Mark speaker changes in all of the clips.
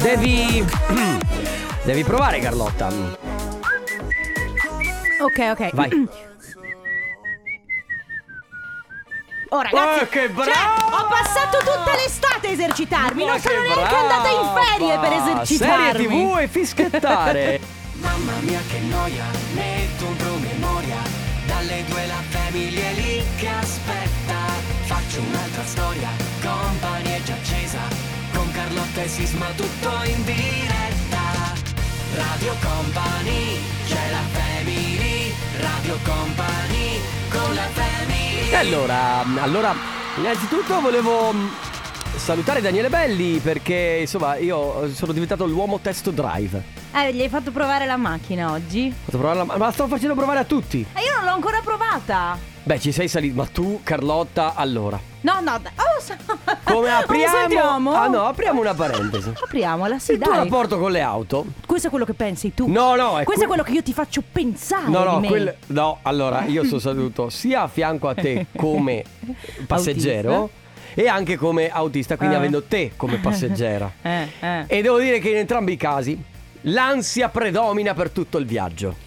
Speaker 1: Devi. Devi provare, Carlotta.
Speaker 2: Ok, ok.
Speaker 1: Vai.
Speaker 2: Oh, ragazzi,
Speaker 1: Oh, che brava!
Speaker 2: cioè, ho passato tutta l'estate a esercitarmi.
Speaker 1: Ma
Speaker 2: non sono
Speaker 1: che
Speaker 2: neanche
Speaker 1: brava!
Speaker 2: andata in ferie per
Speaker 1: Serie
Speaker 2: esercitarmi.
Speaker 1: TV e fischiettare.
Speaker 3: Mamma mia che noia, metto un promemoria. Dalle due la famiglia è lì che aspetta. Faccio un'altra storia, compagnie è già accesa. Con Carlotta e Sisma tutto in diretta. Radio Company, c'è la family. Radio Company, con la family.
Speaker 1: E allora, allora, innanzitutto volevo mh, salutare Daniele Belli perché insomma io eh, sono diventato l'uomo test drive. Ho
Speaker 2: Eh, gli hai fatto provare la macchina oggi?
Speaker 1: fatto provare la- ma la sto facendo provare a tutti.
Speaker 2: E io non l'ho ancora provata.
Speaker 1: Beh, ci sei salito, ma tu, Carlotta, allora.
Speaker 2: No, no, dai. Oh, sa-
Speaker 1: Come
Speaker 2: Lo
Speaker 1: apriamo?
Speaker 2: sentiamo?
Speaker 1: Ah no, apriamo una parentesi.
Speaker 2: Apriamola, sì,
Speaker 1: Il tuo
Speaker 2: dai.
Speaker 1: rapporto con le auto?
Speaker 2: Questo è quello che pensi tu.
Speaker 1: No, no, è
Speaker 2: Questo
Speaker 1: que-
Speaker 2: è quello che io ti faccio pensare.
Speaker 1: No, no,
Speaker 2: di me.
Speaker 1: quel- no, allora io sono seduto sia a fianco a te come passeggero e anche come autista, quindi
Speaker 2: Ah.
Speaker 1: avendo te come passeggera.
Speaker 2: Eh, eh.
Speaker 1: E devo dire che in entrambi i casi l'ansia predomina per tutto il viaggio.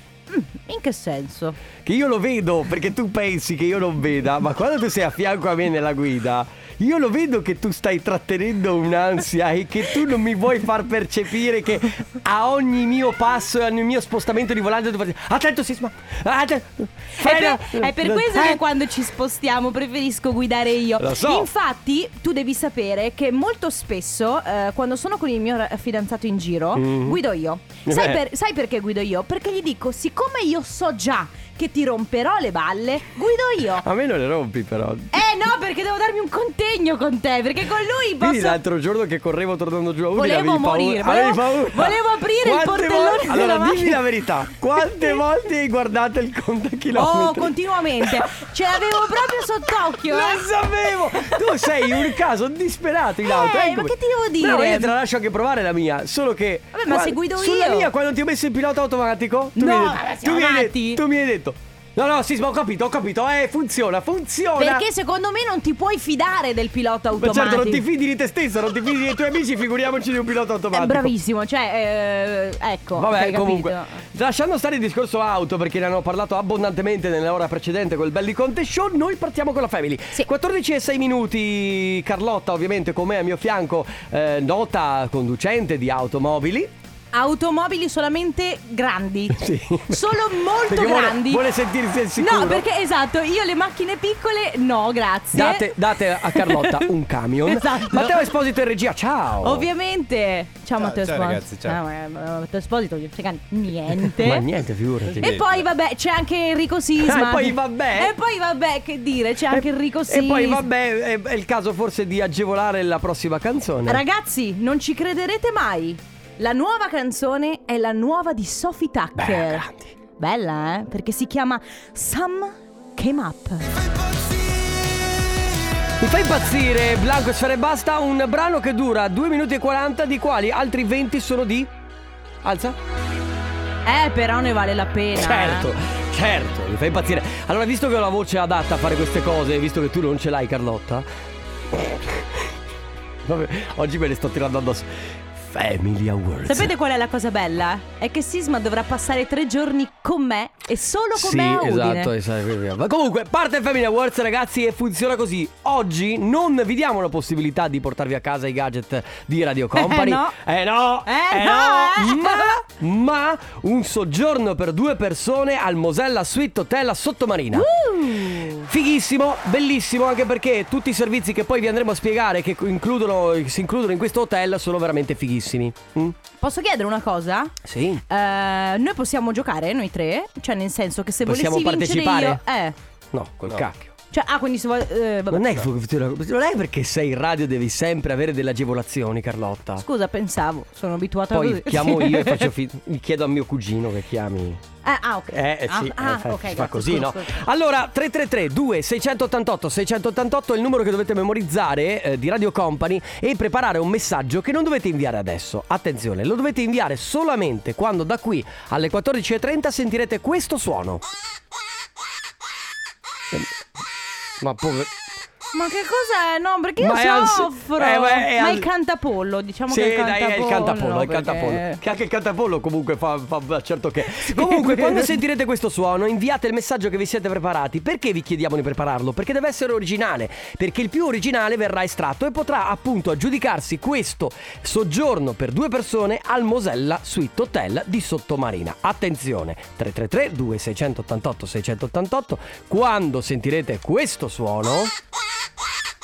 Speaker 2: In che senso?
Speaker 1: Che io lo vedo perché tu pensi che io non veda, ma quando tu sei a fianco a me nella guida, io lo vedo che tu stai trattenendo un'ansia e che tu non mi vuoi far percepire che a ogni mio passo e ogni mio spostamento di volante tu fai attento sisma. Attento.
Speaker 2: È
Speaker 1: frena!"
Speaker 2: per, è per questo
Speaker 1: Eh?
Speaker 2: che quando ci spostiamo preferisco guidare io.
Speaker 1: Lo so.
Speaker 2: Infatti, tu devi sapere che molto spesso, eh, quando sono con il mio ra- fidanzato in giro, guido io. Sai,
Speaker 1: Mm-hmm. Eh.
Speaker 2: per- sai perché guido io? Perché gli dico: siccome io so già che ti romperò le balle, guido io.
Speaker 1: A me non le rompi però.
Speaker 2: Eh no, perché devo darmi un contegno con te, perché con lui
Speaker 1: Quindi
Speaker 2: posso.
Speaker 1: l'altro giorno che correvo tornando giù a Udine
Speaker 2: Volevo
Speaker 1: avevi paura-
Speaker 2: morire,
Speaker 1: avevi
Speaker 2: volevo-
Speaker 1: paura.
Speaker 2: volevo aprire il portellone
Speaker 1: volte-
Speaker 2: della
Speaker 1: Allora dimmi
Speaker 2: macchina.
Speaker 1: la verità Quante volte hai guardato il contachilometri?
Speaker 2: Oh, continuamente. Ce l'avevo proprio sott'occhio.
Speaker 1: Lo
Speaker 2: eh.
Speaker 1: sapevo Tu sei un caso disperato in auto
Speaker 2: Eh,
Speaker 1: eccomi.
Speaker 2: ma che ti devo
Speaker 1: No,
Speaker 2: dire?
Speaker 1: io te la lascio anche provare la mia Solo che
Speaker 2: Vabbè, ma se guido
Speaker 1: sulla
Speaker 2: io.
Speaker 1: mia quando ti ho messo il pilota automatico tu
Speaker 2: No,
Speaker 1: mi hai
Speaker 2: vabbè,
Speaker 1: detto,
Speaker 2: siamo
Speaker 1: tu mi hai
Speaker 2: matti.
Speaker 1: detto, tu mi hai detto No no sì ma ho capito ho capito Eh funziona funziona
Speaker 2: Perché secondo me non ti puoi fidare del pilota
Speaker 1: Ma
Speaker 2: automatico.
Speaker 1: certo non ti fidi di te stesso Non ti fidi dei tuoi amici Figuriamoci di un pilota
Speaker 2: È
Speaker 1: automatico
Speaker 2: bravissimo, cioè, eh, ecco.
Speaker 1: Vabbè,
Speaker 2: hai capito.
Speaker 1: comunque, lasciando stare il discorso auto perché ne hanno parlato abbondantemente nell'ora precedente col Belli Conte Show, noi partiamo con la Family.
Speaker 2: Sì.
Speaker 1: 14 e 6 minuti, Carlotta ovviamente con me a mio fianco, eh, nota conducente di automobili.
Speaker 2: Automobili solamente grandi.
Speaker 1: Sì.
Speaker 2: Solo molto
Speaker 1: Perché vuole-
Speaker 2: grandi.
Speaker 1: vuole sentirsi al sicuro.
Speaker 2: No, perché esatto, io le macchine piccole no, grazie.
Speaker 1: Date, date a Carlotta un camion.
Speaker 2: Esatto.
Speaker 1: Matteo Esposito in regia, ciao.
Speaker 2: Ovviamente. Ciao, Matteo
Speaker 4: ciao,
Speaker 2: Esposito.
Speaker 4: ragazzi, ciao.
Speaker 2: Ah, ma- Matteo Esposito, gli frega niente.
Speaker 1: Ma niente, figurati.
Speaker 2: E poi vabbè, c'è anche Enrico Sisma.
Speaker 1: Ah, e poi vabbè.
Speaker 2: E poi vabbè, che dire, c'è anche Enrico
Speaker 1: E
Speaker 2: Sisma.
Speaker 1: poi vabbè, è, è il caso forse di agevolare la prossima canzone.
Speaker 2: Ragazzi, non ci crederete mai. La nuova canzone è la nuova di Sophie Tucker. Bella, eh? Perché si chiama Some Came Up.
Speaker 1: Mi fa impazzire Blanco Sfera e Basta, un brano che dura 2 minuti e 40, di quali altri 20 sono di... Alza?
Speaker 2: Eh, però ne vale la pena. eh.
Speaker 1: Certo, certo, mi fa impazzire. Allora, visto che ho la voce adatta a fare queste cose, visto che tu non ce l'hai Carlotta... Vabbè, oggi me le sto tirando addosso. Family Awards.
Speaker 2: Sapete qual è la cosa bella? È che Sisma dovrà passare tre giorni con me e solo con
Speaker 1: Sì,
Speaker 2: me a Udine.
Speaker 1: esatto, esatto. Ma comunque, parte il Family Awards, ragazzi, e funziona così. Oggi non vi diamo la possibilità di portarvi a casa i gadget di Radio Company.
Speaker 2: Eh, no.
Speaker 1: Eh no!
Speaker 2: Eh,
Speaker 1: Eh
Speaker 2: no, eh.
Speaker 1: Ma, ma un soggiorno per due persone al Mosella Suite Hotel a Sottomarina.
Speaker 2: Uh,
Speaker 1: Fighissimo, bellissimo, anche perché tutti i servizi che poi vi andremo a spiegare, che includono- si includono in questo hotel, sono veramente fighissimi. Mm?
Speaker 2: posso chiedere una cosa?
Speaker 1: Sì.
Speaker 2: Eh, noi possiamo giocare, noi tre? Cioè, nel senso che se
Speaker 1: Possiamo
Speaker 2: volessi vincere
Speaker 1: partecipare?
Speaker 2: io... Eh.
Speaker 1: No, col cacchio.
Speaker 2: Cioè, ah, quindi se vuoi... eh, vabbè.
Speaker 1: Non è, non è perché sei in radio devi sempre avere delle agevolazioni, Carlotta.
Speaker 2: Scusa, pensavo, sono abituata a
Speaker 1: Poi
Speaker 2: così.
Speaker 1: chiamo
Speaker 2: Sì.
Speaker 1: io e faccio fi- chiedo a mio cugino che chiami.
Speaker 2: Eh, ah, ok.
Speaker 1: Eh,
Speaker 2: Ah,
Speaker 1: sì, eh,
Speaker 2: ah,
Speaker 1: fa,
Speaker 2: ok,
Speaker 1: si fa
Speaker 2: grazie,
Speaker 1: così,
Speaker 2: scusa,
Speaker 1: no?
Speaker 2: scusa.
Speaker 1: Allora, 333-2688-688 è il numero che dovete memorizzare eh, di Radio Company e preparare un messaggio che non dovete inviare adesso. Attenzione, lo dovete inviare solamente quando da qui alle 14.30 sentirete questo suono. Eh, Ma pover...
Speaker 2: Ma che cos'è? No, perché
Speaker 1: Ma è
Speaker 2: io
Speaker 1: al-
Speaker 2: soffro.
Speaker 1: eh, ma è
Speaker 2: ma
Speaker 1: al-
Speaker 2: il cantapollo, diciamo
Speaker 1: Sì,
Speaker 2: che è il
Speaker 1: dai, è il
Speaker 2: cantapollo.
Speaker 1: cantapollo, è il
Speaker 2: perché-
Speaker 1: cantapollo. Che anche il cantapollo comunque fa, fa- certo che. Comunque, quando sentirete questo suono, inviate il messaggio che vi siete preparati. Perché vi chiediamo di prepararlo? Perché deve essere originale, perché il più originale verrà estratto e potrà appunto aggiudicarsi questo soggiorno per due persone al Mosella Suite Hotel di Sottomarina. Attenzione, 333 2688 688, quando sentirete questo suono,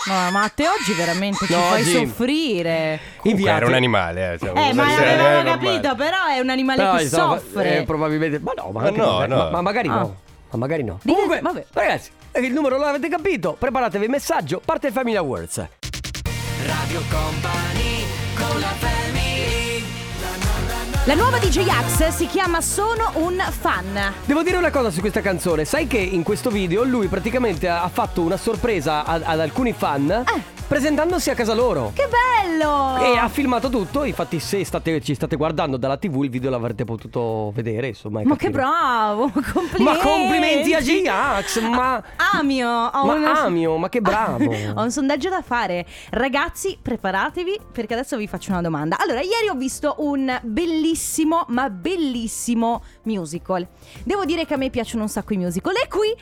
Speaker 2: No, ma a te oggi veramente ci
Speaker 1: No,
Speaker 2: fai
Speaker 1: oggi-
Speaker 2: soffrire.
Speaker 4: Comunque
Speaker 1: inviate-
Speaker 4: era un animale. Eh, cioè,
Speaker 2: Eh, ma
Speaker 4: non so se-
Speaker 2: l'avevamo
Speaker 4: eh, normale.
Speaker 2: capito, però è un animale
Speaker 1: Però,
Speaker 2: che
Speaker 1: insomma,
Speaker 2: soffre.
Speaker 1: eh, probabilmente. Ma no, ma,
Speaker 4: Ma
Speaker 1: anche
Speaker 4: no,
Speaker 1: vabbè,
Speaker 4: no.
Speaker 1: Ma, ma magari
Speaker 2: Ah.
Speaker 1: no. Ma magari no.
Speaker 2: Dite-
Speaker 1: Comunque,
Speaker 2: vabbè.
Speaker 1: ragazzi, eh, il numero l'avete capito. Preparatevi il messaggio. Parte il Family Awards.
Speaker 2: La nuova DJ Axe si chiama Sono un fan.
Speaker 1: Devo dire una cosa su questa canzone. Sai che in questo video lui praticamente ha ha fatto una sorpresa ad, ad alcuni fan presentandosi a casa loro.
Speaker 2: Eh. Che bello!
Speaker 1: E ha filmato tutto, infatti se state- ci state guardando dalla tv il video l'avrete potuto vedere, insomma. e
Speaker 2: Ma
Speaker 1: capire.
Speaker 2: che bravo, complimenti. Ah,
Speaker 1: Ma complimenti a G-Ax, ma...
Speaker 2: Amio, ho
Speaker 1: Ma
Speaker 2: un-
Speaker 1: Amio, ma che bravo.
Speaker 2: ho un sondaggio da fare. Ragazzi, preparatevi perché adesso vi faccio una domanda. Allora, ieri ho visto un bellissimo, ma bellissimo musical. Devo dire che a me piacciono un sacco i musical e qui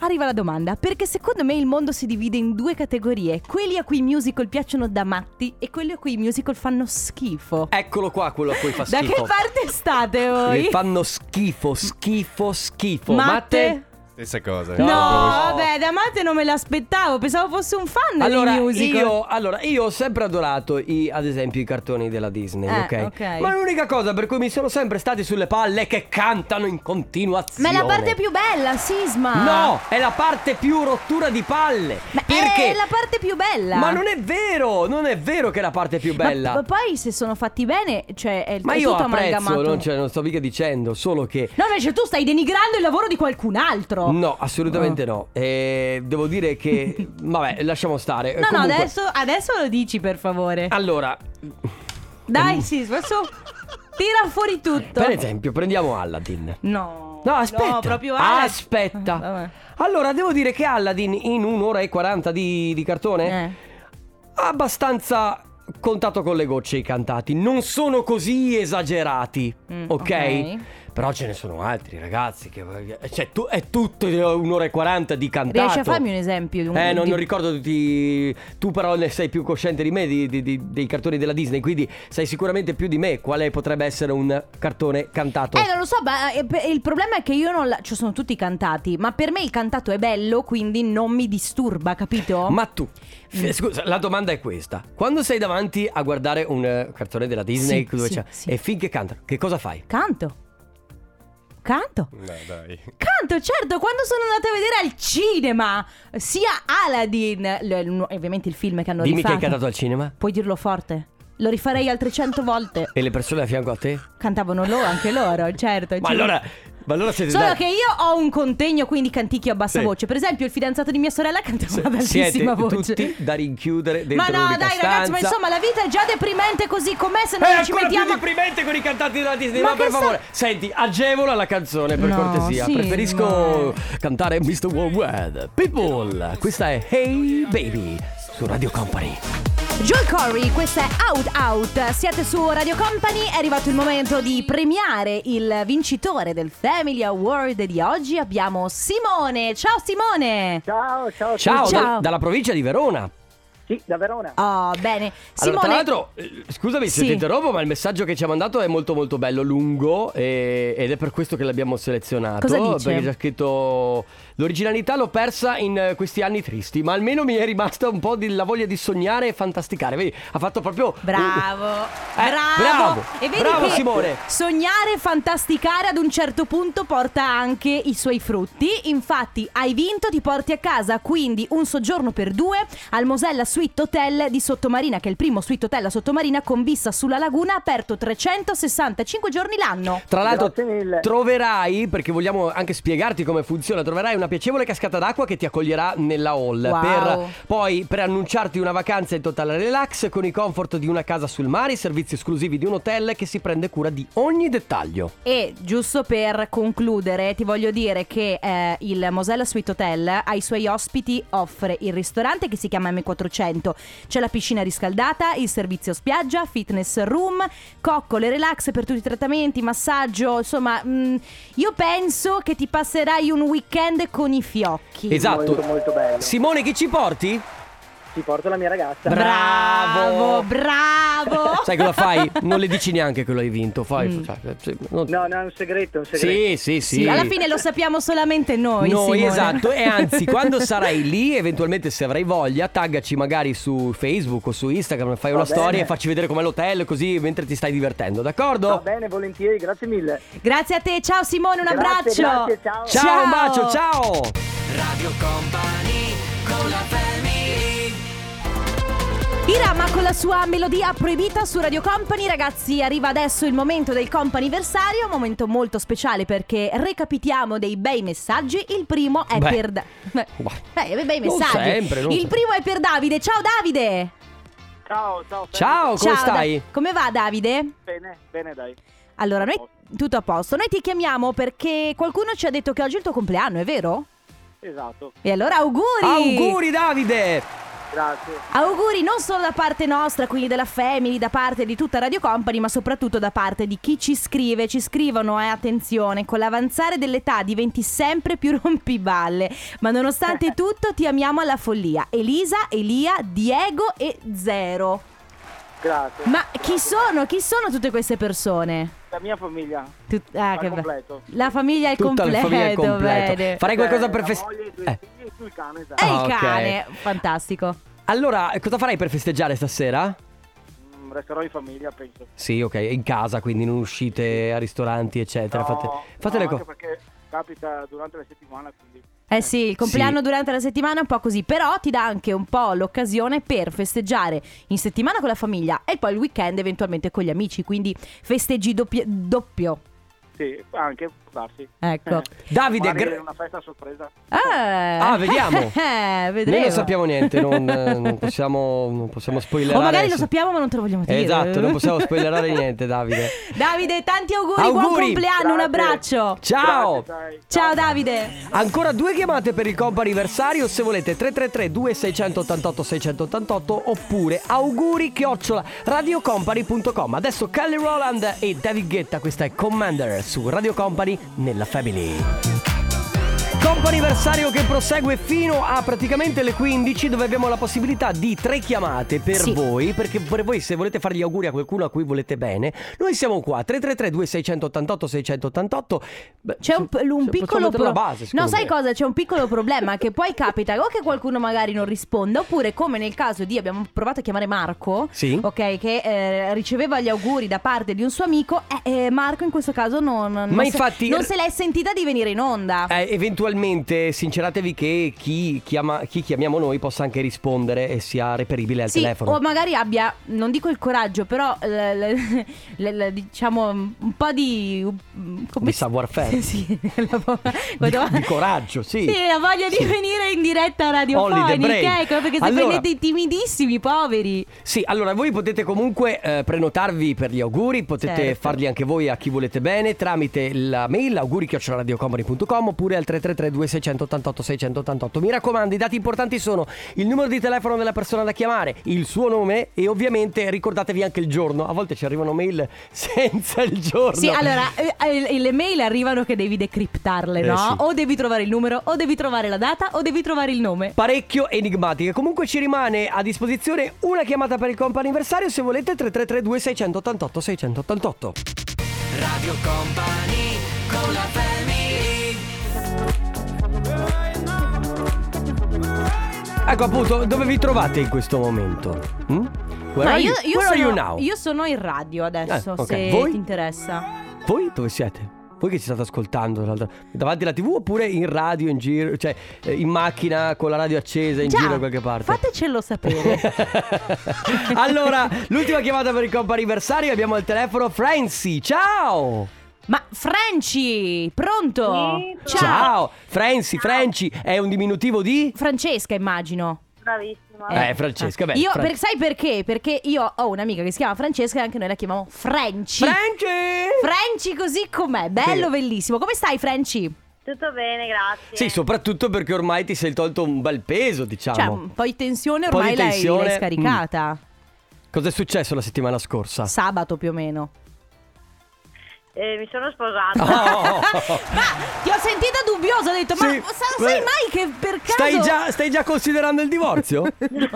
Speaker 2: arriva la domanda, perché secondo me il mondo si divide in due categorie, quelli a cui i musical piacciono da matti e quelli a cui i musical fanno schifo.
Speaker 1: Eccolo qua quello a cui fa
Speaker 2: Da
Speaker 1: Eh, schifo.
Speaker 2: che parte state voi?
Speaker 1: Che fanno schifo, schifo, schifo.
Speaker 2: Matte?
Speaker 4: Stessa cosa.
Speaker 2: No,
Speaker 1: No.
Speaker 2: vabbè, da Matte non me l'aspettavo, pensavo fosse un fan
Speaker 1: Allora
Speaker 2: dei musical.
Speaker 1: io, allora, io ho sempre adorato, i- ad esempio, i cartoni della Disney,
Speaker 2: Eh,
Speaker 1: ok?
Speaker 2: ok.
Speaker 1: Ma l'unica cosa per cui mi sono sempre stati sulle palle è che cantano in
Speaker 2: Ma
Speaker 1: continuazione.
Speaker 2: è la parte più bella, Sisma.
Speaker 1: No, è la parte più rottura di palle.
Speaker 2: Ma
Speaker 1: perché?
Speaker 2: è la parte più bella.
Speaker 1: Ma non è vero, non è vero che è la parte più
Speaker 2: Ma-
Speaker 1: bella.
Speaker 2: Ma, poi se sono fatti bene, cioè è,
Speaker 1: Ma
Speaker 2: è
Speaker 1: io
Speaker 2: tutto
Speaker 1: apprezzo,
Speaker 2: amalgamato.
Speaker 1: non, cioè, non sto mica dicendo, solo che
Speaker 2: No, invece tu stai denigrando il lavoro di qualcun altro.
Speaker 1: No, assolutamente no. Eh, devo dire che. vabbè, lasciamo stare.
Speaker 2: No, no,
Speaker 1: eh, Comunque, Ah.
Speaker 2: adesso, adesso lo dici per favore.
Speaker 1: Allora,
Speaker 2: Dai, Sisma, su. Tira fuori tutto.
Speaker 1: per esempio, prendiamo Aladdin.
Speaker 2: No.
Speaker 1: No, aspetta.
Speaker 2: No, proprio eh.
Speaker 1: Aspetta.
Speaker 2: Vabbè.
Speaker 1: Allora, devo dire che Aladdin in un'ora e 40 di, di cartone
Speaker 2: Eh.
Speaker 1: ha abbastanza contato con le gocce i cantati. Non sono così esagerati,
Speaker 2: Mm,
Speaker 1: ok?
Speaker 2: ok.
Speaker 1: Però ce ne sono altri, ragazzi. Che... Cioè, tu- è tutto un'ora e 40 di cantato.
Speaker 2: Riesci a farmi un esempio di un
Speaker 1: Eh, non,
Speaker 2: di-
Speaker 1: non ricordo tutti. Tu, però, ne sei più cosciente di me di- di- di- dei cartoni della Disney. Quindi sai sicuramente più di me quale potrebbe essere un cartone cantato.
Speaker 2: Eh, non lo so, ma eh, pe- il problema è che io non la... Cioè, sono tutti cantati, ma per me il cantato è bello, quindi non mi disturba, capito?
Speaker 1: Ma tu,
Speaker 2: Mm.
Speaker 1: f- scusa, la domanda è questa: quando sei davanti a guardare un eh, cartone della Disney
Speaker 2: Sì,
Speaker 1: dove
Speaker 2: sì,
Speaker 1: c'è-
Speaker 2: sì.
Speaker 1: e finché cantano, che cosa fai?
Speaker 2: Canto. Canto.
Speaker 4: No, dai.
Speaker 2: Canto, certo, quando sono andata a vedere al cinema sia Aladdin, l- l- ovviamente il film che hanno
Speaker 1: Dimmi che
Speaker 2: rifatto.
Speaker 1: hai cantato al cinema
Speaker 2: Puoi dirlo forte. Lo rifarei altre cento volte.
Speaker 1: e le persone a fianco a te?
Speaker 2: Cantavano loro, anche loro, certo.
Speaker 1: Ma
Speaker 2: ci-
Speaker 1: allora, ma allora siete
Speaker 2: Solo
Speaker 1: dai-
Speaker 2: che io ho un contegno, quindi canticchio a bassa
Speaker 1: Sì.
Speaker 2: voce. Per esempio, il fidanzato di mia sorella cantava ad
Speaker 1: siete
Speaker 2: altissima voce.
Speaker 1: tutti da rinchiudere dentro
Speaker 2: Ma no,
Speaker 1: un'unica
Speaker 2: dai, ragazzi, ma
Speaker 1: stanza.
Speaker 2: insomma, la vita è già deprimente così com'è. Se noi
Speaker 1: È
Speaker 2: non ci
Speaker 1: ancora
Speaker 2: mettiamo.
Speaker 1: più deprimente con i cantanti della Disney.
Speaker 2: Ma
Speaker 1: Ma,
Speaker 2: che
Speaker 1: per
Speaker 2: sta-
Speaker 1: favore, senti, agevola la canzone per
Speaker 2: No,
Speaker 1: cortesia.
Speaker 2: sì,
Speaker 1: Preferisco cantare Mr. Worldwide. People, questa è Hey Baby su Radio Company.
Speaker 2: Joel Corey, questa è Out Out. Siete su Radio Company, è arrivato il momento di premiare il vincitore del Family Award di oggi. Abbiamo Simone. Ciao Simone!
Speaker 5: Ciao, ciao,
Speaker 1: Ciao,
Speaker 2: Ciao.
Speaker 1: da- dalla provincia di Verona.
Speaker 5: sì, da Verona.
Speaker 2: Oh, bene.
Speaker 1: Allora,
Speaker 2: Simone,
Speaker 1: tra l'altro, eh, scusami se
Speaker 2: Sì.
Speaker 1: ti interrompo, ma il messaggio che ci ha mandato è molto molto bello, lungo e- ed è per questo che l'abbiamo selezionato.
Speaker 2: Cosa dice?
Speaker 1: Perché c'è scritto l'originalità l'ho persa in eh, questi anni tristi, ma almeno mi è rimasta un po' di- la voglia di sognare e fantasticare. Vedi, ha fatto proprio
Speaker 2: Bravo,
Speaker 1: Eh,
Speaker 2: bravo.
Speaker 1: bravo,
Speaker 2: E vedi
Speaker 1: bravo,
Speaker 2: che
Speaker 1: Simone.
Speaker 2: sognare e fantasticare ad un certo punto porta anche i suoi frutti. Infatti, hai vinto, ti porti a casa quindi un soggiorno per due al Mosella Suite suite hotel di Sottomarina, che è il primo suite hotel a Sottomarina con vista sulla laguna, aperto 365 giorni l'anno.
Speaker 1: Tra l'altro
Speaker 4: Grazie mille.
Speaker 1: troverai, perché vogliamo anche spiegarti come funziona, troverai una piacevole cascata d'acqua che ti accoglierà nella hall
Speaker 2: Wow.
Speaker 1: per poi per annunciarti una vacanza in totale relax con i comfort di una casa sul mare, i servizi esclusivi di un hotel che si prende cura di ogni dettaglio.
Speaker 2: E giusto per concludere, ti voglio dire che eh, il Mosella Suite Hotel ai suoi ospiti offre il ristorante che si chiama M400. C'è la piscina riscaldata, il servizio spiaggia, fitness room, coccole, relax per tutti i trattamenti, massaggio. Insomma, mh, io penso che ti passerai un weekend con i fiocchi.
Speaker 1: Esatto.
Speaker 4: Molto, molto bello.
Speaker 1: Simone chi ci porti?
Speaker 4: Ti porto la mia ragazza.
Speaker 1: Bra- Bravo.
Speaker 2: Bravo, bravo.
Speaker 1: Sai cosa fai? Non le dici neanche che lo hai vinto, fai
Speaker 2: Oh. Mm.
Speaker 1: cioè, sì, non-
Speaker 4: no, no, è un segreto, è un segreto.
Speaker 1: Sì, sì, sì.
Speaker 2: Sì, alla fine lo sappiamo solamente noi. Simone.
Speaker 1: esatto. E anzi, quando sarai lì, eventualmente se avrai voglia, taggaci magari su Facebook o su Instagram, fai
Speaker 4: Va
Speaker 1: una
Speaker 4: bene.
Speaker 1: storia e facci vedere com'è l'hotel, così mentre ti stai divertendo,
Speaker 4: Va
Speaker 1: d'accordo?
Speaker 4: bene, volentieri, grazie mille.
Speaker 2: Grazie a te, ciao Simone, un
Speaker 4: Grazie,
Speaker 2: abbraccio.
Speaker 4: grazie, ciao.
Speaker 1: Ciao, un bacio, ciao!
Speaker 3: Radio Company con la family
Speaker 2: Irama con la sua melodia proibita su Radio Company, ragazzi, arriva adesso il momento del companiversario, un momento molto speciale perché recapitiamo dei bei messaggi. Il primo è
Speaker 1: Beh.
Speaker 2: per da- Beh,
Speaker 1: Beh,
Speaker 2: eh, bei
Speaker 1: non
Speaker 2: messaggi.
Speaker 1: sempre, non
Speaker 2: il
Speaker 1: sempre.
Speaker 2: primo è per Davide. Ciao Davide!
Speaker 5: Ciao, ciao.
Speaker 1: Ciao, come
Speaker 2: Ciao,
Speaker 1: stai?
Speaker 2: Da- come va Davide?
Speaker 5: Bene, bene, dai.
Speaker 2: Allora, noi tutto a posto. Noi ti chiamiamo perché qualcuno ci ha detto che oggi è il tuo compleanno, è vero?
Speaker 5: Esatto,
Speaker 2: E allora auguri!
Speaker 1: Auguri Davide!
Speaker 5: grazie.
Speaker 2: Auguri non solo da parte nostra, quindi della Family, da parte di tutta Radio Company, ma soprattutto da parte di chi ci scrive. Ci scrivono, eh, attenzione, con l'avanzare dell'età diventi sempre più rompiballe. Ma nonostante tutto ti amiamo alla follia. Elisa, Elia, Diego e Zero.
Speaker 5: Grazie.
Speaker 2: Ma chi sono? Chi sono tutte queste persone?
Speaker 5: La mia famiglia.
Speaker 2: Tut- ah,
Speaker 5: al
Speaker 2: che be-
Speaker 5: completo. Cioè,
Speaker 2: La famiglia è il
Speaker 1: Tutta la
Speaker 2: completo,
Speaker 1: famiglia al completo.
Speaker 2: bene.
Speaker 1: Farai qualcosa per
Speaker 5: la
Speaker 1: fest-
Speaker 5: moglie, i due
Speaker 1: Eh,
Speaker 5: figli e tu il cane, dai.
Speaker 2: È il
Speaker 1: Ah, ok.
Speaker 2: cane, fantastico.
Speaker 1: Allora, cosa farai per festeggiare stasera?
Speaker 5: Mm, Resterò in famiglia, penso.
Speaker 1: Sì, ok, in casa, quindi non uscite a ristoranti, eccetera.
Speaker 5: No,
Speaker 1: fate fate
Speaker 5: no,
Speaker 1: le cose.
Speaker 5: anche perché capita durante la settimana, quindi...
Speaker 2: Eh sì, il compleanno durante la settimana è un po' così, però ti dà anche un po' l'occasione per festeggiare in settimana con la famiglia e poi il weekend eventualmente con gli amici, quindi festeggi doppio. doppio.
Speaker 5: Sì, anche, può darsi.
Speaker 2: Ecco.
Speaker 1: Davide,
Speaker 5: Magari
Speaker 1: gra-
Speaker 5: una festa a sorpresa.
Speaker 2: Ah,
Speaker 1: Eh. Ah, vediamo.
Speaker 2: Eh,
Speaker 1: noi
Speaker 2: vedremo.
Speaker 1: non sappiamo niente, non, non possiamo, non possiamo spoilerare.
Speaker 2: O magari lo
Speaker 1: adesso.
Speaker 2: sappiamo ma non te lo vogliamo dire.
Speaker 1: Esatto, non possiamo spoilerare niente, Davide.
Speaker 2: Davide, tanti auguri, buon
Speaker 1: Auguri.
Speaker 2: compleanno, un
Speaker 5: Grazie.
Speaker 2: abbraccio.
Speaker 1: Ciao!
Speaker 5: Grazie, dai.
Speaker 2: Ciao Davide.
Speaker 1: Ancora due chiamate per il comp anniversario se volete 333 2688 688 oppure auguri chiocciola radiocompany.com. Adesso Kelly Roland e David Guetta, questa è Commander su Radio Company nella Family. Comp anniversario che prosegue fino a praticamente le 15 dove abbiamo la possibilità di tre chiamate per
Speaker 2: Sì.
Speaker 1: voi perché per voi se volete fare gli auguri a qualcuno a cui volete bene noi siamo qua 333 2688 688
Speaker 2: C'è un, un piccolo
Speaker 1: problema
Speaker 2: pro-
Speaker 1: base
Speaker 2: No,
Speaker 1: secondo
Speaker 2: sai
Speaker 1: me.
Speaker 2: cosa? C'è un piccolo problema che poi capita o che qualcuno magari non risponda oppure come nel caso di abbiamo provato a chiamare Marco,
Speaker 1: Sì.
Speaker 2: ok, che eh, riceveva gli auguri da parte di un suo amico eh, eh, Marco in questo caso non non,
Speaker 1: Ma
Speaker 2: se,
Speaker 1: infatti-
Speaker 2: non se l'è sentita di venire in onda.
Speaker 1: Eh, eventualmente sinceratevi che chi, chiama- chi chiamiamo noi possa anche rispondere e sia reperibile al
Speaker 2: Sì,
Speaker 1: telefono.
Speaker 2: o magari abbia, non dico il coraggio, però eh, l- l- l- diciamo un po' di... come
Speaker 1: Di
Speaker 2: si-
Speaker 1: savoir-faire.
Speaker 2: sì, la vo-
Speaker 1: Di- di coraggio, sì.
Speaker 2: la voglia di
Speaker 1: Sì.
Speaker 2: venire in diretta
Speaker 1: Holiday
Speaker 2: radiofonica,
Speaker 1: break.
Speaker 2: ecco, perché se
Speaker 1: Allora-
Speaker 2: prendete timidissimi, poveri.
Speaker 1: Sì, allora voi potete comunque eh, prenotarvi per gli auguri, potete
Speaker 2: Certo.
Speaker 1: farli anche voi a chi volete bene tramite la mail auguri@radiocompany.com oppure al 333 2688 688. Mi raccomando, i dati importanti sono il numero di telefono della persona da chiamare, il suo nome e ovviamente ricordatevi anche il giorno. A volte ci arrivano mail senza il giorno.
Speaker 2: Sì, allora, eh, eh, le mail arrivano che devi decriptarle,
Speaker 1: Eh,
Speaker 2: no?
Speaker 1: sì.
Speaker 2: O devi trovare il numero, o devi trovare la data, o devi trovare il nome.
Speaker 1: parecchio enigmatiche. Comunque ci rimane a disposizione una chiamata per il comp anniversario se volete 3332 688 688.
Speaker 3: Radio Company con la family
Speaker 1: Ecco appunto, dove vi trovate in questo momento? Mm? Where
Speaker 2: Ma
Speaker 1: are
Speaker 2: io,
Speaker 1: you-
Speaker 2: io
Speaker 1: where are
Speaker 2: sono,
Speaker 1: you now?
Speaker 2: io sono in radio adesso,
Speaker 1: Eh, ok.
Speaker 2: se
Speaker 1: Voi?
Speaker 2: ti interessa.
Speaker 1: Voi dove siete? Voi che ci state ascoltando tra l'altro, davanti alla TV oppure in radio, in giro, cioè eh, in macchina con la radio accesa, in
Speaker 2: Già,
Speaker 1: giro da qualche parte.
Speaker 2: Fatecelo sapere.
Speaker 1: allora, l'ultima chiamata per il compa anniversario, abbiamo al telefono Franci. Ciao!
Speaker 2: Ma Franci, pronto?
Speaker 6: Sì,
Speaker 2: Ciao.
Speaker 1: Franci, Franci è un diminutivo di
Speaker 2: Francesca, immagino.
Speaker 6: Bravissima.
Speaker 1: Eh, Francesca, beh,
Speaker 2: Io,
Speaker 1: Fran-
Speaker 2: per- sai perché? Perché io ho un'amica che si chiama Francesca e anche noi la chiamiamo Franci.
Speaker 1: Franci!
Speaker 2: Franci così com'è, bello, bellissimo. Come stai Franci?
Speaker 6: Tutto bene, grazie.
Speaker 1: Sì, soprattutto perché ormai ti sei tolto un bel peso, diciamo.
Speaker 2: Cioè, un po' di tensione
Speaker 1: Un po' di
Speaker 2: ormai l'hai-
Speaker 1: tensione, Mm.
Speaker 2: l'hai scaricata.
Speaker 1: Cos'è successo la settimana scorsa?
Speaker 2: Sabato più o meno.
Speaker 6: Eh, mi sono sposata.
Speaker 2: Ah.
Speaker 1: Oh.
Speaker 2: ma ti ho sentita dubbiosa, ho detto, ma
Speaker 1: Sì,
Speaker 2: sa-
Speaker 1: beh,
Speaker 2: sai mai che per caso...
Speaker 1: Stai già, stai già considerando il divorzio?
Speaker 2: No.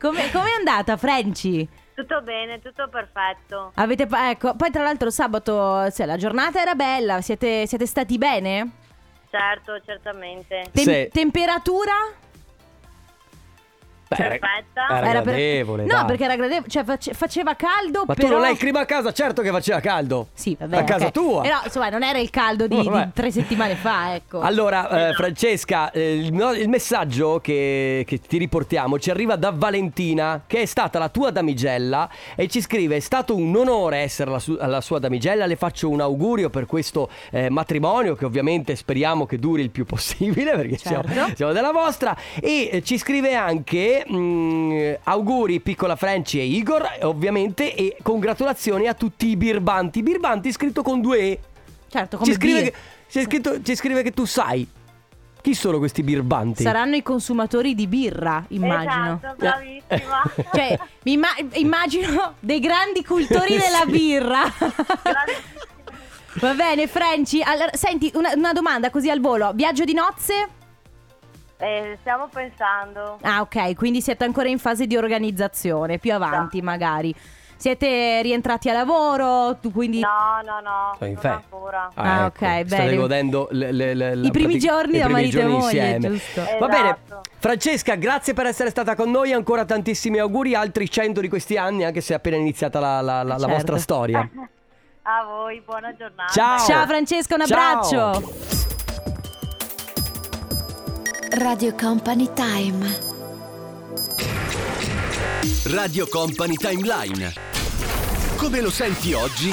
Speaker 2: Come com'è andata Franci?
Speaker 6: Tutto bene, tutto perfetto.
Speaker 2: Avete pa- ecco, poi tra l'altro sabato cioè, la giornata era bella, siete, siete stati bene?
Speaker 6: Certo, certamente.
Speaker 2: Tem-
Speaker 1: Sì.
Speaker 2: Temperatura?
Speaker 1: Beh, era-
Speaker 6: Perfetta.
Speaker 1: Era,
Speaker 2: per-
Speaker 1: gradevole.
Speaker 2: No,
Speaker 1: dai.
Speaker 2: perché era gradevole, cioè face- faceva caldo,
Speaker 1: Ma
Speaker 2: però
Speaker 1: tu non hai il clima a casa? Certo che faceva caldo.
Speaker 2: Sì, vabbè,
Speaker 1: A casa
Speaker 2: ok.
Speaker 1: tua.
Speaker 2: Però insomma, non era il caldo di, di
Speaker 1: Vabbè.
Speaker 2: tre settimane fa, ecco.
Speaker 1: Allora, eh, Francesca, eh, il, no- il messaggio che, che ti riportiamo ci arriva da Valentina, che è stata la tua damigella, e ci scrive: È stato un onore essere la, su- la sua damigella. Le faccio un augurio per questo eh, matrimonio, che ovviamente speriamo che duri il più possibile, perché siamo,
Speaker 2: Certo.
Speaker 1: siamo della vostra. E eh, ci scrive anche: mm, Auguri, piccola Franci e Igor, ovviamente, e congratulazioni a tutti i birbanti. Birbanti scritto con due E.
Speaker 2: certo, come
Speaker 1: Ci scrive,
Speaker 2: dire,
Speaker 1: che, c'è scritto- ci scrive che tu sai chi sono questi birbanti.
Speaker 2: saranno i consumatori di birra, immagino.
Speaker 6: Esatto, bravissima.
Speaker 2: Cioè, mi imma- immagino dei grandi cultori della birra. Va bene, Franci. Allora, senti, una, una domanda così al volo. Viaggio di nozze?
Speaker 6: Eh, stiamo pensando.
Speaker 2: Ah, ok, quindi siete ancora in fase di organizzazione, più avanti magari. Siete rientrati a lavoro, tu quindi...
Speaker 6: No, no, no.
Speaker 1: Sono in
Speaker 6: non
Speaker 1: fe-
Speaker 6: ancora.
Speaker 2: Ah, ok,
Speaker 1: State
Speaker 2: bene.
Speaker 1: ecco, godendo le- le- le- la
Speaker 2: I primi
Speaker 1: pratica-
Speaker 2: giorni
Speaker 1: i
Speaker 2: da
Speaker 1: primi
Speaker 2: marito e
Speaker 1: giorni
Speaker 2: moglie,
Speaker 1: insieme.
Speaker 2: giusto.
Speaker 1: Va bene.
Speaker 6: Esatto.
Speaker 1: Francesca, grazie per essere stata con noi. Ancora tantissimi auguri, altri 100 di questi anni, anche se è appena iniziata la, la- la- la
Speaker 2: Certo.
Speaker 1: vostra storia.
Speaker 6: A voi, buona giornata.
Speaker 1: Ciao.
Speaker 2: Ciao Francesca, un
Speaker 1: Ciao.
Speaker 2: abbraccio.
Speaker 7: Radio Company Time.
Speaker 8: Radio Company Timeline. Come lo senti oggi?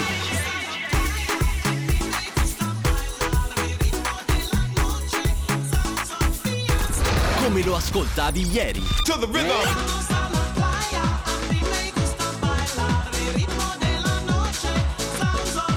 Speaker 8: Come lo ascoltavi ieri?
Speaker 1: Ciao.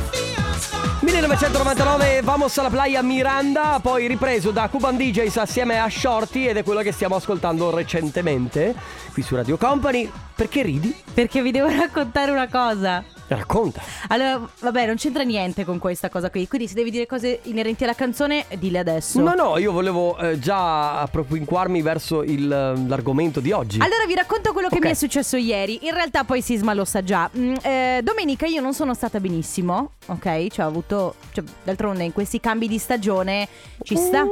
Speaker 1: 1999, Vamos alla playa Miranda, poi ripreso da Cuban DJs assieme a Shorty ed è quello che stiamo ascoltando recentemente qui su Radio Company. Perché ridi?
Speaker 2: Perché vi devo raccontare una cosa.
Speaker 1: Racconta.
Speaker 2: Allora, vabbè, non c'entra niente con questa cosa qui. Quindi se devi dire cose inerenti alla canzone, dille adesso.
Speaker 1: No, no, io volevo eh, già appropinquarmi verso il, eh, l'argomento di oggi.
Speaker 2: Allora vi racconto quello che
Speaker 1: Ok.
Speaker 2: mi è successo ieri. In realtà poi Sisma lo sa già. Mm, eh, domenica io non sono stata benissimo, ok? Cioè ho avuto... Cioè, d'altronde in questi cambi di stagione ci sta...
Speaker 1: Mm,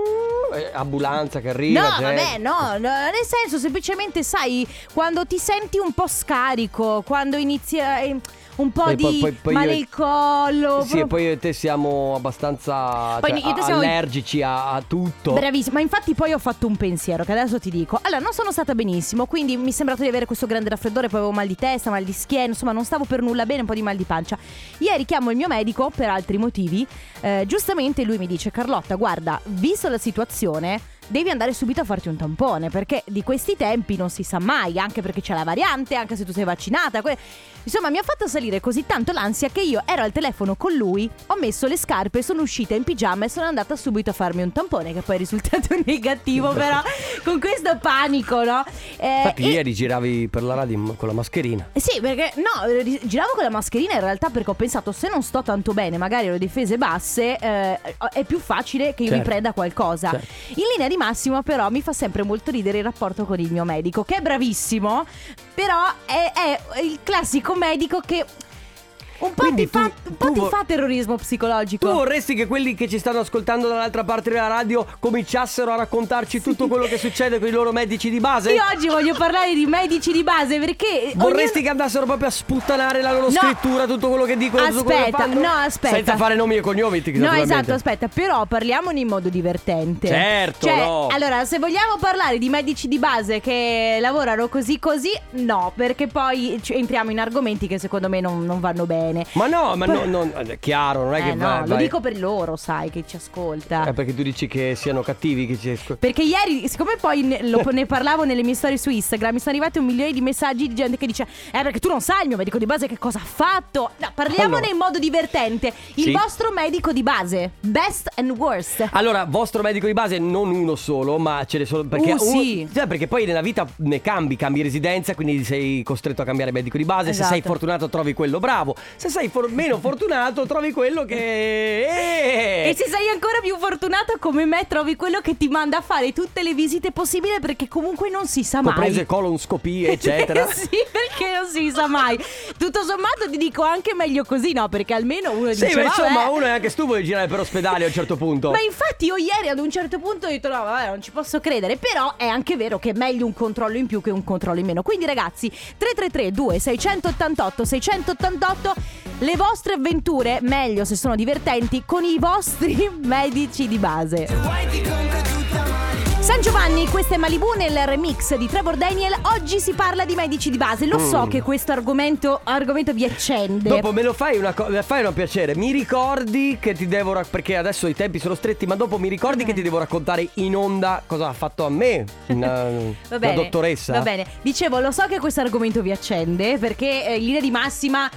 Speaker 1: eh, ambulanza che arriva.
Speaker 2: No,
Speaker 1: gente.
Speaker 2: vabbè, no, no, nel senso, semplicemente, sai, quando ti senti un po' scarico, quando inizia eh, un po'
Speaker 1: Poi-
Speaker 2: di
Speaker 1: poi- poi- poi
Speaker 2: male
Speaker 1: io-
Speaker 2: il collo.
Speaker 1: Sì, e poi io e te siamo abbastanza
Speaker 2: Poi
Speaker 1: cioè,
Speaker 2: io e te
Speaker 1: a-
Speaker 2: siamo-
Speaker 1: allergici a, a tutto.
Speaker 2: Bravissima, ma infatti poi ho fatto un pensiero che adesso ti dico. Allora, non sono stata benissimo, quindi mi è sembrato di avere questo grande raffreddore, poi avevo mal di testa, mal di schiena, insomma non stavo per nulla bene, un po' di mal di pancia. Ieri chiamo il mio medico per altri motivi, eh, giustamente lui mi dice Carlotta, guarda, visto la situazione, devi andare subito a farti un tampone, perché di questi tempi non si sa mai, anche perché c'è la variante, anche se tu sei vaccinata. que- Insomma, mi ha fatto salire così tanto l'ansia che io ero al telefono con lui, ho messo le scarpe, sono uscita in pigiama e sono andata subito a farmi un tampone, che poi è risultato negativo, però con questo panico, no? Eh,
Speaker 1: Infatti,
Speaker 2: e-
Speaker 1: ieri giravi per la radio in- con la mascherina.
Speaker 2: sì, perché no, ri- giravo con la mascherina in realtà perché ho pensato se non sto tanto bene, magari ho le difese basse, eh, è più facile che io
Speaker 1: Certo.
Speaker 2: mi prenda qualcosa.
Speaker 1: Certo.
Speaker 2: In linea di massima però mi fa sempre molto ridere il rapporto con il mio medico, che è bravissimo, però è, è il classico medico che... Un po',
Speaker 1: Quindi
Speaker 2: ti, fa,
Speaker 1: tu-
Speaker 2: un po'
Speaker 1: tu
Speaker 2: ti
Speaker 1: vo-
Speaker 2: fa terrorismo
Speaker 1: Tu
Speaker 2: psicologico.
Speaker 1: vorresti che quelli che ci stanno ascoltando dall'altra parte della radio cominciassero a raccontarci tutto quello che succede con i loro medici di base?
Speaker 2: Io oggi voglio parlare di medici di base perché
Speaker 1: Vorresti
Speaker 2: ognuno-
Speaker 1: che andassero proprio a sputtanare la loro
Speaker 2: No.
Speaker 1: scrittura, tutto quello che dicono, tutto quello che
Speaker 2: Aspetta,
Speaker 1: fanno?
Speaker 2: no, aspetta.
Speaker 1: Senza fare nomi e cognomi, ti-
Speaker 2: No,
Speaker 1: naturalmente.
Speaker 2: esatto, aspetta, però parliamone in modo divertente.
Speaker 1: Certo,
Speaker 2: Cioè,
Speaker 1: no.
Speaker 2: allora, se vogliamo parlare di medici di base che lavorano così così, no, perché poi ci- entriamo in argomenti che secondo me non, non vanno bene.
Speaker 1: Ma no, ma no,
Speaker 2: Poi-
Speaker 1: no, è chiaro, non è
Speaker 2: Eh,
Speaker 1: che
Speaker 2: no,
Speaker 1: vai-
Speaker 2: lo
Speaker 1: vai-
Speaker 2: dico per loro, sai, che ci ascolta.
Speaker 1: Eh, perché tu dici che siano cattivi, che ci ascol-
Speaker 2: Perché ieri, siccome poi ne, lo- ne parlavo nelle mie storie su Instagram, mi sono arrivati un milione di messaggi di gente che dice: Eh, perché tu non sai il mio medico di base che cosa ha fatto. No, parliamone
Speaker 1: Allora.
Speaker 2: in modo divertente. Il
Speaker 1: Sì. Ah,
Speaker 2: vostro medico di base, best and worst.
Speaker 1: Allora, vostro medico di base non uno solo, ma ce ne sono perché
Speaker 2: Uh, sì.
Speaker 1: Sì, perché poi nella vita ne cambi, cambi residenza, quindi sei costretto a cambiare medico di base, se
Speaker 2: Esatto.
Speaker 1: sei fortunato trovi quello bravo, se sei for- meno fortunato trovi quello che
Speaker 2: E se sei ancora più fortunata come me, trovi quello che ti manda a fare tutte le visite possibili perché comunque non si sa mai.
Speaker 1: comprese colonscopie, eccetera.
Speaker 2: sì, perché non si sa mai. Tutto sommato ti dico anche meglio così, no? Perché almeno uno
Speaker 1: Sì,
Speaker 2: dice
Speaker 1: ma insomma,
Speaker 2: "Vabbè".
Speaker 1: uno è anche stufo di girare per ospedali a un certo punto.
Speaker 2: Ma infatti io ieri ad un certo punto ho detto no, vabbè, non ci posso credere, però è anche vero che è meglio un controllo in più che un controllo in meno. Quindi ragazzi, 333 2688 688 le vostre avventure, meglio se sono divertenti, con i vostri medici di base. San Giovanni, questa è Malibu nel remix di Trevor Daniel. Oggi si parla di medici di base. Lo so che questo argomento, argomento vi accende.
Speaker 1: Dopo me lo fai una cosa, fai un piacere. Mi ricordi che ti devo rac- perché adesso i tempi sono stretti, ma dopo mi ricordi che ti devo raccontare in onda cosa ha fatto a me una,
Speaker 2: Va
Speaker 1: una
Speaker 2: bene,
Speaker 1: dottoressa.
Speaker 2: Va bene. Dicevo, lo so che questo argomento vi accende perché eh, in linea di massima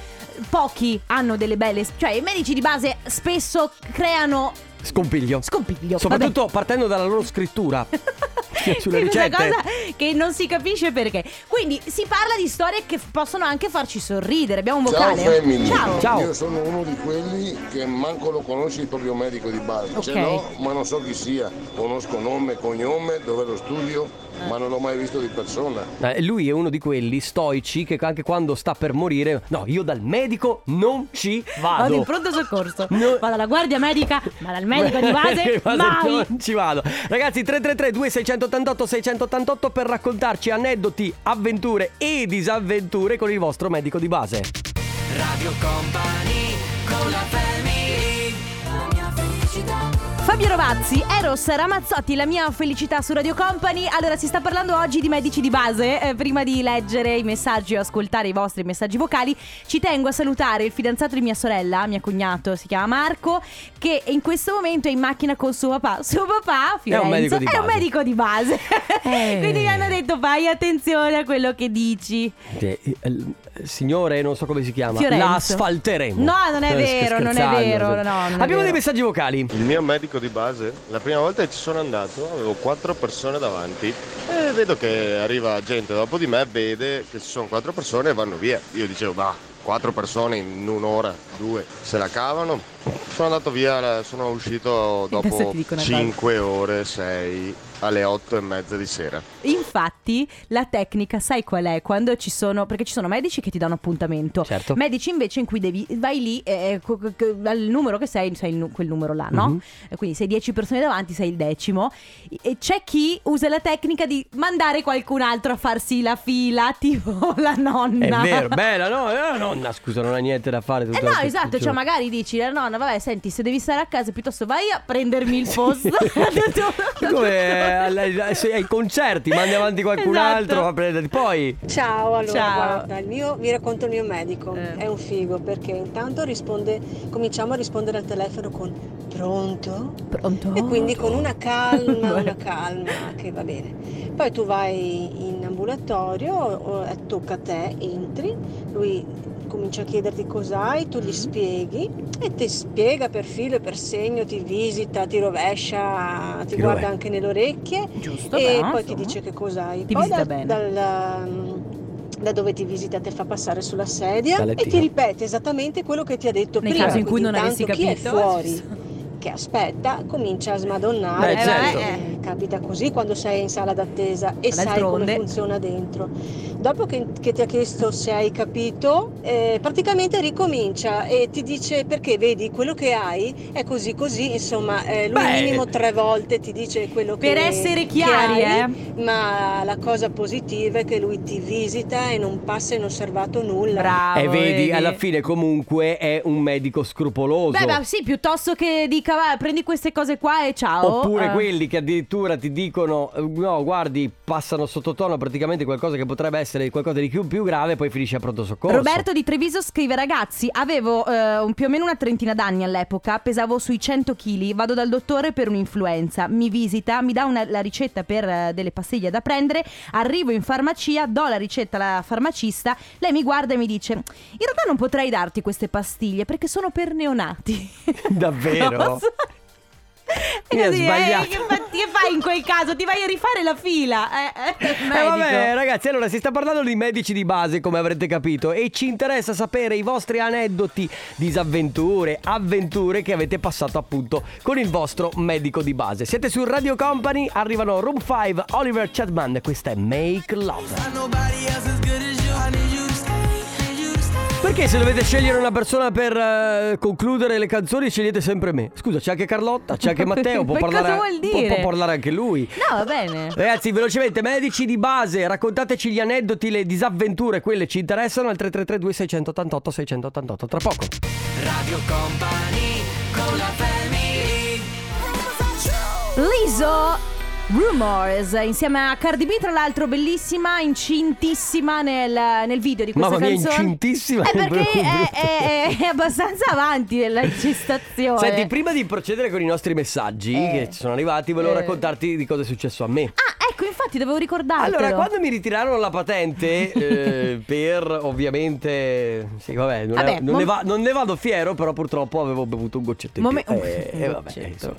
Speaker 2: pochi hanno delle belle. cioè i medici di base spesso creano
Speaker 1: Scompiglio.
Speaker 2: scompiglio.
Speaker 1: Soprattutto partendo dalla loro scrittura
Speaker 2: vabbè.
Speaker 1: sulle
Speaker 2: Sì, questa
Speaker 1: ricette.
Speaker 2: cosa che non si capisce perché. Quindi si parla di storie che f- possono anche farci sorridere. Abbiamo un
Speaker 9: Ciao
Speaker 2: vocale.
Speaker 9: family.
Speaker 2: Ciao.
Speaker 1: Ciao.
Speaker 9: Io sono uno di quelli che manco lo conosce il proprio medico di base.
Speaker 2: Ok.
Speaker 9: Ce l'ho, ma non so chi sia. Conosco nome, cognome, dove lo studio,
Speaker 2: Ah.
Speaker 9: ma non l'ho mai visto di persona.
Speaker 1: Eh, Lui è uno di quelli stoici che anche quando sta per morire, no, io dal medico non ci vado.
Speaker 2: Vado in pronto soccorso.
Speaker 1: No.
Speaker 2: Vado alla guardia medica, ma dal medico di base mai.
Speaker 1: Non ci vado. Ragazzi, 333 2688 688 per raccontarci aneddoti, avventure e disavventure con il vostro medico di base.
Speaker 3: Radio Company con la family La mia felicità
Speaker 2: Fabio Rovazzi, Eros Ramazzotti, la mia felicità su Radio Company. Allora, si sta parlando oggi di medici di base. Eh, prima di leggere i messaggi o ascoltare i vostri messaggi vocali, ci tengo a salutare il fidanzato di mia sorella, mio cognato, si chiama Marco, che in questo momento è in macchina con suo papà. Suo papà, Firenze,
Speaker 1: medico di
Speaker 2: è un
Speaker 1: base.
Speaker 2: medico di base.
Speaker 1: Eh.
Speaker 2: Quindi gli hanno detto fai attenzione a quello che dici.
Speaker 1: Eh, eh, l- Signore, non so come si chiama.
Speaker 2: Fiorenzo.
Speaker 1: La asfalteremo.
Speaker 2: No, non è
Speaker 1: Eh,
Speaker 2: vero, non è
Speaker 1: scherzando.
Speaker 2: vero, no, non è
Speaker 1: Abbiamo
Speaker 2: vero.
Speaker 1: dei messaggi vocali.
Speaker 10: Il mio medico di base, la prima volta che ci sono andato, avevo quattro persone davanti e vedo che arriva gente dopo di me, vede che ci sono quattro persone e vanno via. Io dicevo, ma quattro persone in un'ora, due, se la cavano. Sono andato via, sono uscito
Speaker 2: E adesso
Speaker 10: dopo
Speaker 2: ti dico una cosa.
Speaker 10: 5 ore, 6, alle 8 e mezza di sera.
Speaker 2: Infatti, la tecnica, sai qual è? Quando ci sono. Perché ci sono medici che ti danno appuntamento.
Speaker 1: Certo.
Speaker 2: Medici invece in cui devi. Vai lì eh, co- co- co- al numero che sei, sei il nu- quel numero là, no?
Speaker 1: Mhm.
Speaker 2: E Quindi sei 10 persone davanti, sei il decimo. E c'è chi usa la tecnica di mandare qualcun altro a farsi la fila, tipo la
Speaker 1: È
Speaker 2: nonna.
Speaker 1: vero, bella, no, eh, nonna, scusa, non ha niente da fare.
Speaker 2: Eh no, esatto, cioè magari dici la nonna, vabbè, senti, se devi stare a casa piuttosto vai a prendermi il posto.
Speaker 1: Come eh, alla- ai- ai concerti, mandi avanti qualcun
Speaker 2: Esatto.
Speaker 1: altro a prenderti. Poi,
Speaker 11: Ciao, allora
Speaker 2: Ciao.
Speaker 11: guarda, il mio, vi racconto il mio medico,
Speaker 2: Eh.
Speaker 11: è un figo perché intanto risponde, cominciamo a rispondere al telefono con pronto
Speaker 2: Pronto?
Speaker 11: e quindi con una calma, una calma che va bene. Poi tu vai in ambulatorio, o- o- tocca a te, entri, lui comincia a chiederti cos'hai,
Speaker 2: Mm.
Speaker 11: tu gli spieghi e ti spiega per filo e per segno, ti visita, ti rovescia, ti,
Speaker 1: Ti
Speaker 11: guarda
Speaker 1: rove-
Speaker 11: anche nelle orecchie
Speaker 2: Giusto,
Speaker 11: e
Speaker 2: bravo,
Speaker 11: poi ti
Speaker 2: insomma.
Speaker 11: dice che cos'hai.
Speaker 2: Ti
Speaker 11: poi
Speaker 2: visita
Speaker 11: da,
Speaker 2: bene.
Speaker 11: dal, um, da dove ti visita te fa passare sulla sedia
Speaker 1: Dalla
Speaker 11: e
Speaker 1: lettiga.
Speaker 11: ti ripete esattamente quello che ti ha detto
Speaker 2: Nel
Speaker 11: prima.
Speaker 2: caso in cui
Speaker 11: Quindi
Speaker 2: non avessi
Speaker 11: intanto
Speaker 2: capito. Eh,
Speaker 11: chi è fuori, che che aspetta comincia a smadonnare.
Speaker 12: Beh, certo.
Speaker 11: Eh, capita così quando sei in sala d'attesa e sai
Speaker 12: D'altronde.
Speaker 11: come funziona dentro. Dopo che, che ti ha chiesto se hai capito, eh, praticamente ricomincia e ti dice perché vedi quello che hai è così così, insomma, eh, lui
Speaker 2: Beh.
Speaker 11: minimo tre volte ti dice quello che
Speaker 2: Per essere chiari, eh.
Speaker 11: che hai, ma la cosa positiva è che lui ti visita e non passa inosservato nulla.
Speaker 1: E Eh, vedi, alla fine comunque è un medico scrupoloso.
Speaker 2: Beh, ma sì, piuttosto che dica "Va, prendi queste cose qua e ciao.
Speaker 1: Oppure
Speaker 2: eh.
Speaker 1: quelli che addirittura ti dicono eh, no, guardi, passano sottotono praticamente qualcosa che potrebbe essere qualcosa di più, più grave e poi finisce a pronto soccorso.
Speaker 2: Roberto di Treviso scrive ragazzi avevo eh, un- più o meno una trentina d'anni all'epoca pesavo sui 100 kg vado dal dottore per un'influenza mi visita mi dà una- la ricetta per eh, delle pastiglie da prendere arrivo in farmacia do la ricetta alla farmacista lei mi guarda e mi dice in realtà non potrei darti queste pastiglie perché sono per neonati
Speaker 1: Davvero?
Speaker 2: Cosa?
Speaker 1: Io ho
Speaker 2: Così, eh,
Speaker 1: sbagliato.
Speaker 2: che, fa- che fai in quel caso ti vai a rifare la fila eh, eh,
Speaker 1: Eh,
Speaker 2: medico.
Speaker 1: vabbè, ragazzi, allora si sta parlando di medici di base, come avrete capito, e ci interessa sapere i vostri aneddoti, disavventure, avventure che avete passato appunto con il vostro medico di base. Siete su Radio Company, arrivano Room 5, Oliver Chadman, questa è Make Love. Perché se dovete scegliere una persona per eh, concludere le canzoni, scegliete sempre me. Scusa, c'è anche Carlotta, c'è anche Matteo, può
Speaker 2: Ma cosa
Speaker 1: parlare,
Speaker 2: vuol
Speaker 1: può-
Speaker 2: dire?
Speaker 1: può parlare anche lui.
Speaker 2: no va bene
Speaker 1: Ragazzi, velocemente, medici di base, raccontateci gli aneddoti, le disavventure, quelle ci interessano al 3332 688 688 tra poco.
Speaker 2: Eh.
Speaker 3: Radio Company con la family
Speaker 2: Liso Rumors insieme a Cardi B tra l'altro bellissima incintissima nel, nel video di questa
Speaker 1: Mamma mia,
Speaker 2: canzone
Speaker 1: incintissima è
Speaker 2: è perché
Speaker 1: proprio
Speaker 2: è,
Speaker 1: brutto.
Speaker 2: è- è abbastanza avanti nella gestazione
Speaker 1: Senti, prima di procedere con i nostri messaggi
Speaker 2: Eh.
Speaker 1: che ci sono arrivati, volevo
Speaker 2: Eh.
Speaker 1: raccontarti di cosa è successo a me.
Speaker 2: ah ecco infatti dovevo ricordartelo
Speaker 1: Allora, quando mi ritirarono la patente, eh, per ovviamente. Sì, vabbè, non, è-
Speaker 2: Vabbè,
Speaker 1: non
Speaker 2: mom-
Speaker 1: ne va- non ne vado fiero, però purtroppo avevo bevuto un goccetto in
Speaker 2: Momen-
Speaker 1: più.
Speaker 2: un
Speaker 1: Eh, eh, vabbè,
Speaker 2: goccetto.
Speaker 1: insomma.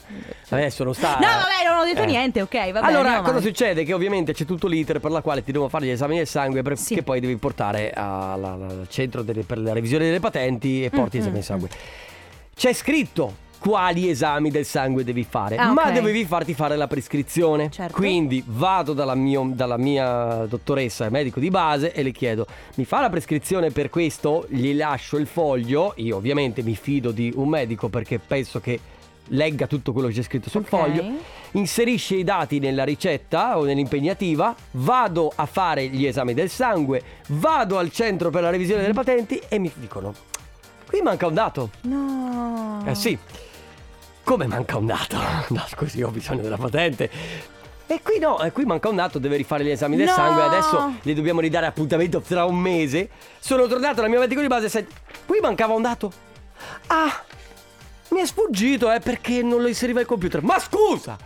Speaker 1: Adesso non sta.
Speaker 2: no vabbè non ho detto
Speaker 1: eh.
Speaker 2: niente ok va bene
Speaker 1: allora,
Speaker 2: andiamo
Speaker 1: cosa
Speaker 2: avanti.
Speaker 1: succede? Che ovviamente c'è tutto l'iter per la quale ti devono fare gli esami del sangue per- che poi devi portare alla- alla- al centro delle- per la revisione delle patenti e
Speaker 2: Mm,
Speaker 1: porti gli esami del sangue. C'è scritto quali esami del sangue devi fare,
Speaker 2: Ah,
Speaker 1: ma
Speaker 2: ok.
Speaker 1: dovevi farti fare la prescrizione. Quindi vado dalla, mio- dalla mia dottoressa, medico di base, e le chiedo, mi fa la prescrizione per questo? Gli lascio il foglio, io ovviamente mi fido di un medico perché penso che legga tutto quello che c'è scritto sul foglio inserisce i dati nella ricetta o nell'impegnativa, vado a fare gli esami del sangue, vado al centro per la revisione delle patenti e mi dicono, qui manca un dato.
Speaker 2: no
Speaker 1: Eh sì, come manca un dato? No, così ho bisogno della patente. E qui no, e qui manca un dato, deve rifare gli esami del
Speaker 2: No.
Speaker 1: sangue, adesso gli dobbiamo ridare appuntamento tra un mese. Sono tornato dal mio medico di base e senti, qui mancava un dato. Ah, mi è sfuggito, eh, perché non lo inseriva il computer. Ma scusa!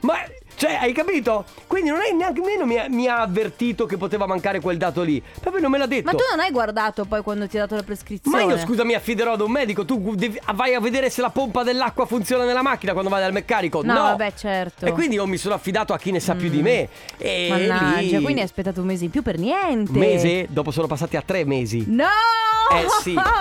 Speaker 1: Ma, cioè, hai capito? Quindi non è neanche meno mi ha, mi ha avvertito che poteva mancare quel dato lì. Proprio non me l'ha detto.
Speaker 2: ma tu non hai guardato poi quando ti ha dato la
Speaker 1: Ma
Speaker 2: prescrizione
Speaker 1: io scusa mi affiderò ad un medico, tu devi- ah, vai a vedere se la pompa dell'acqua funziona nella macchina quando vai dal meccanico.
Speaker 2: no,
Speaker 1: No,
Speaker 2: vabbè certo Mm.
Speaker 1: E quindi io mi sono affidato a chi ne sa più di me. E
Speaker 2: Mannaggia,
Speaker 1: lì-
Speaker 2: quindi hai aspettato un mese in più per niente.
Speaker 1: mese, dopo sono passati a tre mesi.
Speaker 2: No!
Speaker 1: Eh sì.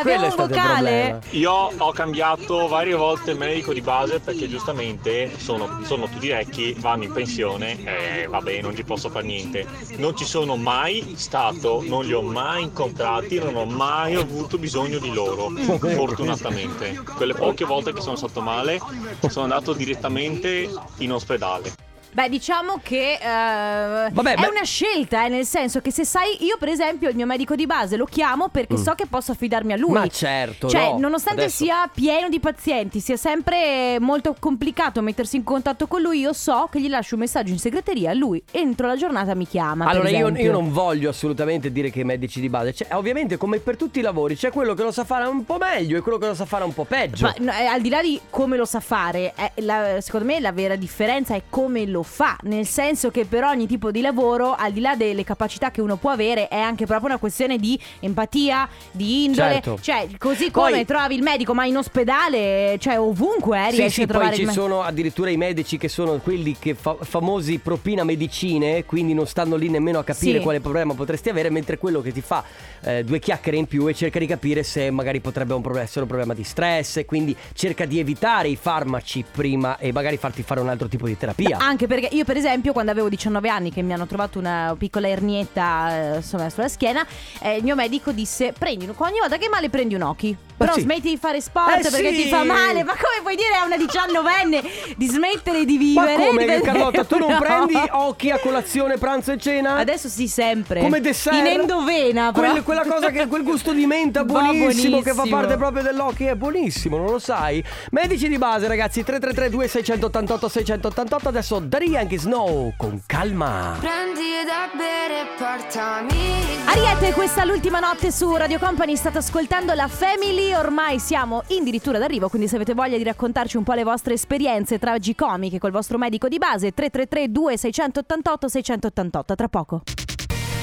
Speaker 1: Quello
Speaker 2: abbiamo
Speaker 1: è
Speaker 2: un
Speaker 1: stato il
Speaker 2: vocale.
Speaker 13: Io ho cambiato varie volte il medico di base perché giustamente sono, sono tutti vecchi, vanno in pensione e vabbè non ci posso fare niente. Non ci sono mai stato, non li ho mai incontrati, non ho mai avuto bisogno di loro, fortunatamente. Quelle poche volte che sono stato male sono andato direttamente in ospedale.
Speaker 2: Beh, diciamo che eh,
Speaker 13: Vabbè,
Speaker 2: è
Speaker 13: beh-
Speaker 2: una scelta, eh, nel senso che se sai, io per esempio il mio medico di base lo chiamo perché
Speaker 1: Mm.
Speaker 2: so che posso affidarmi a lui.
Speaker 1: Ma certo,
Speaker 2: Cioè,
Speaker 1: no,
Speaker 2: nonostante
Speaker 1: adesso-
Speaker 2: sia pieno di pazienti, sia sempre molto complicato mettersi in contatto con lui, io so che gli lascio un messaggio in segreteria, lui entro la giornata mi chiama. per
Speaker 1: Allora io,
Speaker 2: esempio.
Speaker 1: io non voglio assolutamente dire che i medici di base, cioè, ovviamente come per tutti i lavori c'è quello che lo sa fare un po' meglio e quello che lo sa fare un po' peggio.
Speaker 2: Ma, no, eh, al di là di come lo sa fare, eh, la- secondo me la vera differenza è come lo lo fa, nel senso che per ogni tipo di lavoro, al di là delle capacità che uno può avere, è anche proprio una questione di empatia, di indole.
Speaker 1: Certo.
Speaker 2: Cioè, così come
Speaker 1: Poi-
Speaker 2: trovi il medico, ma in ospedale, cioè ovunque eh,
Speaker 1: Sì,
Speaker 2: riesci
Speaker 1: sì,
Speaker 2: a trovare
Speaker 1: poi
Speaker 2: il
Speaker 1: ci
Speaker 2: me-
Speaker 1: sono addirittura i medici che sono quelli che fa- famosi propina medicine, quindi non stanno lì nemmeno a capire
Speaker 2: Sì.
Speaker 1: quale problema potresti avere, mentre quello che ti fa eh, due chiacchiere in più e cerca di capire se magari potrebbe un pro- essere un problema di stress, e quindi cerca di evitare i farmaci prima e magari farti fare un altro tipo di terapia.
Speaker 2: Anche perché io, per esempio, quando avevo 19 anni, che mi hanno trovato una piccola ernietta eh, insomma, sulla schiena, eh, il mio medico disse: Prendi un- ogni volta che hai male, prendi un occhi. Però
Speaker 1: sì.
Speaker 2: smetti di fare sport
Speaker 1: Eh
Speaker 2: perché
Speaker 1: sì!
Speaker 2: ti fa male. Ma come puoi dire a una 19enne di smettere di
Speaker 1: Ma
Speaker 2: vivere?
Speaker 1: come
Speaker 2: Di vedere-
Speaker 1: Carlotta, tu non
Speaker 2: No.
Speaker 1: prendi occhi a colazione, pranzo e cena?
Speaker 2: Adesso sì, sempre.
Speaker 1: Come dessert?
Speaker 2: In endovena, però.
Speaker 1: Quel- quella cosa che quel gusto di menta
Speaker 2: Va
Speaker 1: buonissimo, che fa
Speaker 2: buonissimo.
Speaker 1: parte proprio dell'occhio è buonissimo, non lo sai? Medici di base, ragazzi, 3332 688 688 adesso Daria anche Snow con calma.
Speaker 12: Prendi da bere e portami.
Speaker 2: Ariete, questa è l'ultima notte su Radio Company, state ascoltando la Family, ormai siamo addirittura d'arrivo, quindi se avete voglia di raccontarci un po' le vostre esperienze tragicomiche col vostro medico di base, 333-2688-688, tra poco.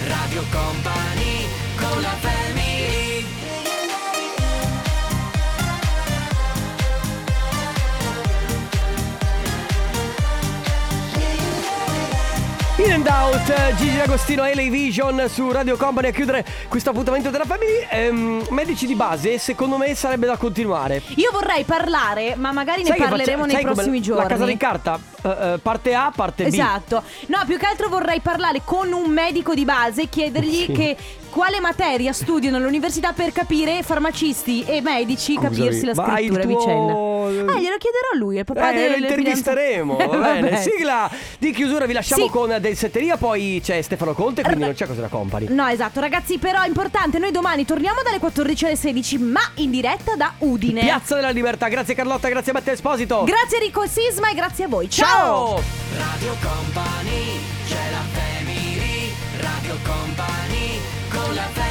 Speaker 3: Radio Company con la family
Speaker 1: In and out, eh, Gigi D'Agostino e Lei Vision su Radio Company a chiudere questo appuntamento della Family. Ehm, medici di base, secondo me sarebbe da continuare.
Speaker 2: Io vorrei parlare, ma magari ne
Speaker 1: Sai che
Speaker 2: parleremo
Speaker 1: faccia-
Speaker 2: nei
Speaker 1: sai come
Speaker 2: prossimi
Speaker 1: la-
Speaker 2: giorni.
Speaker 1: La casa di carta, eh, eh, parte A, parte B.
Speaker 2: Esatto. No, più che altro vorrei parlare con un medico di base e chiedergli
Speaker 1: Sì.
Speaker 2: che quale materia studiano all'università per capire farmacisti e medici
Speaker 1: Scusami,
Speaker 2: capirsi la
Speaker 1: ma hai il
Speaker 2: scrittura a
Speaker 1: tuo-
Speaker 2: vicenda. Ah, glielo chiederò a lui, è papà
Speaker 1: Eh,
Speaker 2: del
Speaker 1: lo intervisteremo, va bene. Sigla di chiusura, vi lasciamo
Speaker 2: Sì.
Speaker 1: con Densetteria, poi c'è Stefano Conte, quindi non c'è cosa da company.
Speaker 2: No, esatto, ragazzi, però è importante, noi domani torniamo dalle 14 alle 16, ma in diretta da Udine.
Speaker 1: Piazza della Libertà, grazie Carlotta, grazie Matteo Esposito.
Speaker 2: Grazie Rico Sisma e grazie a voi. Ciao!
Speaker 1: Ciao!
Speaker 3: Radio Company, c'è la family Radio Company con la family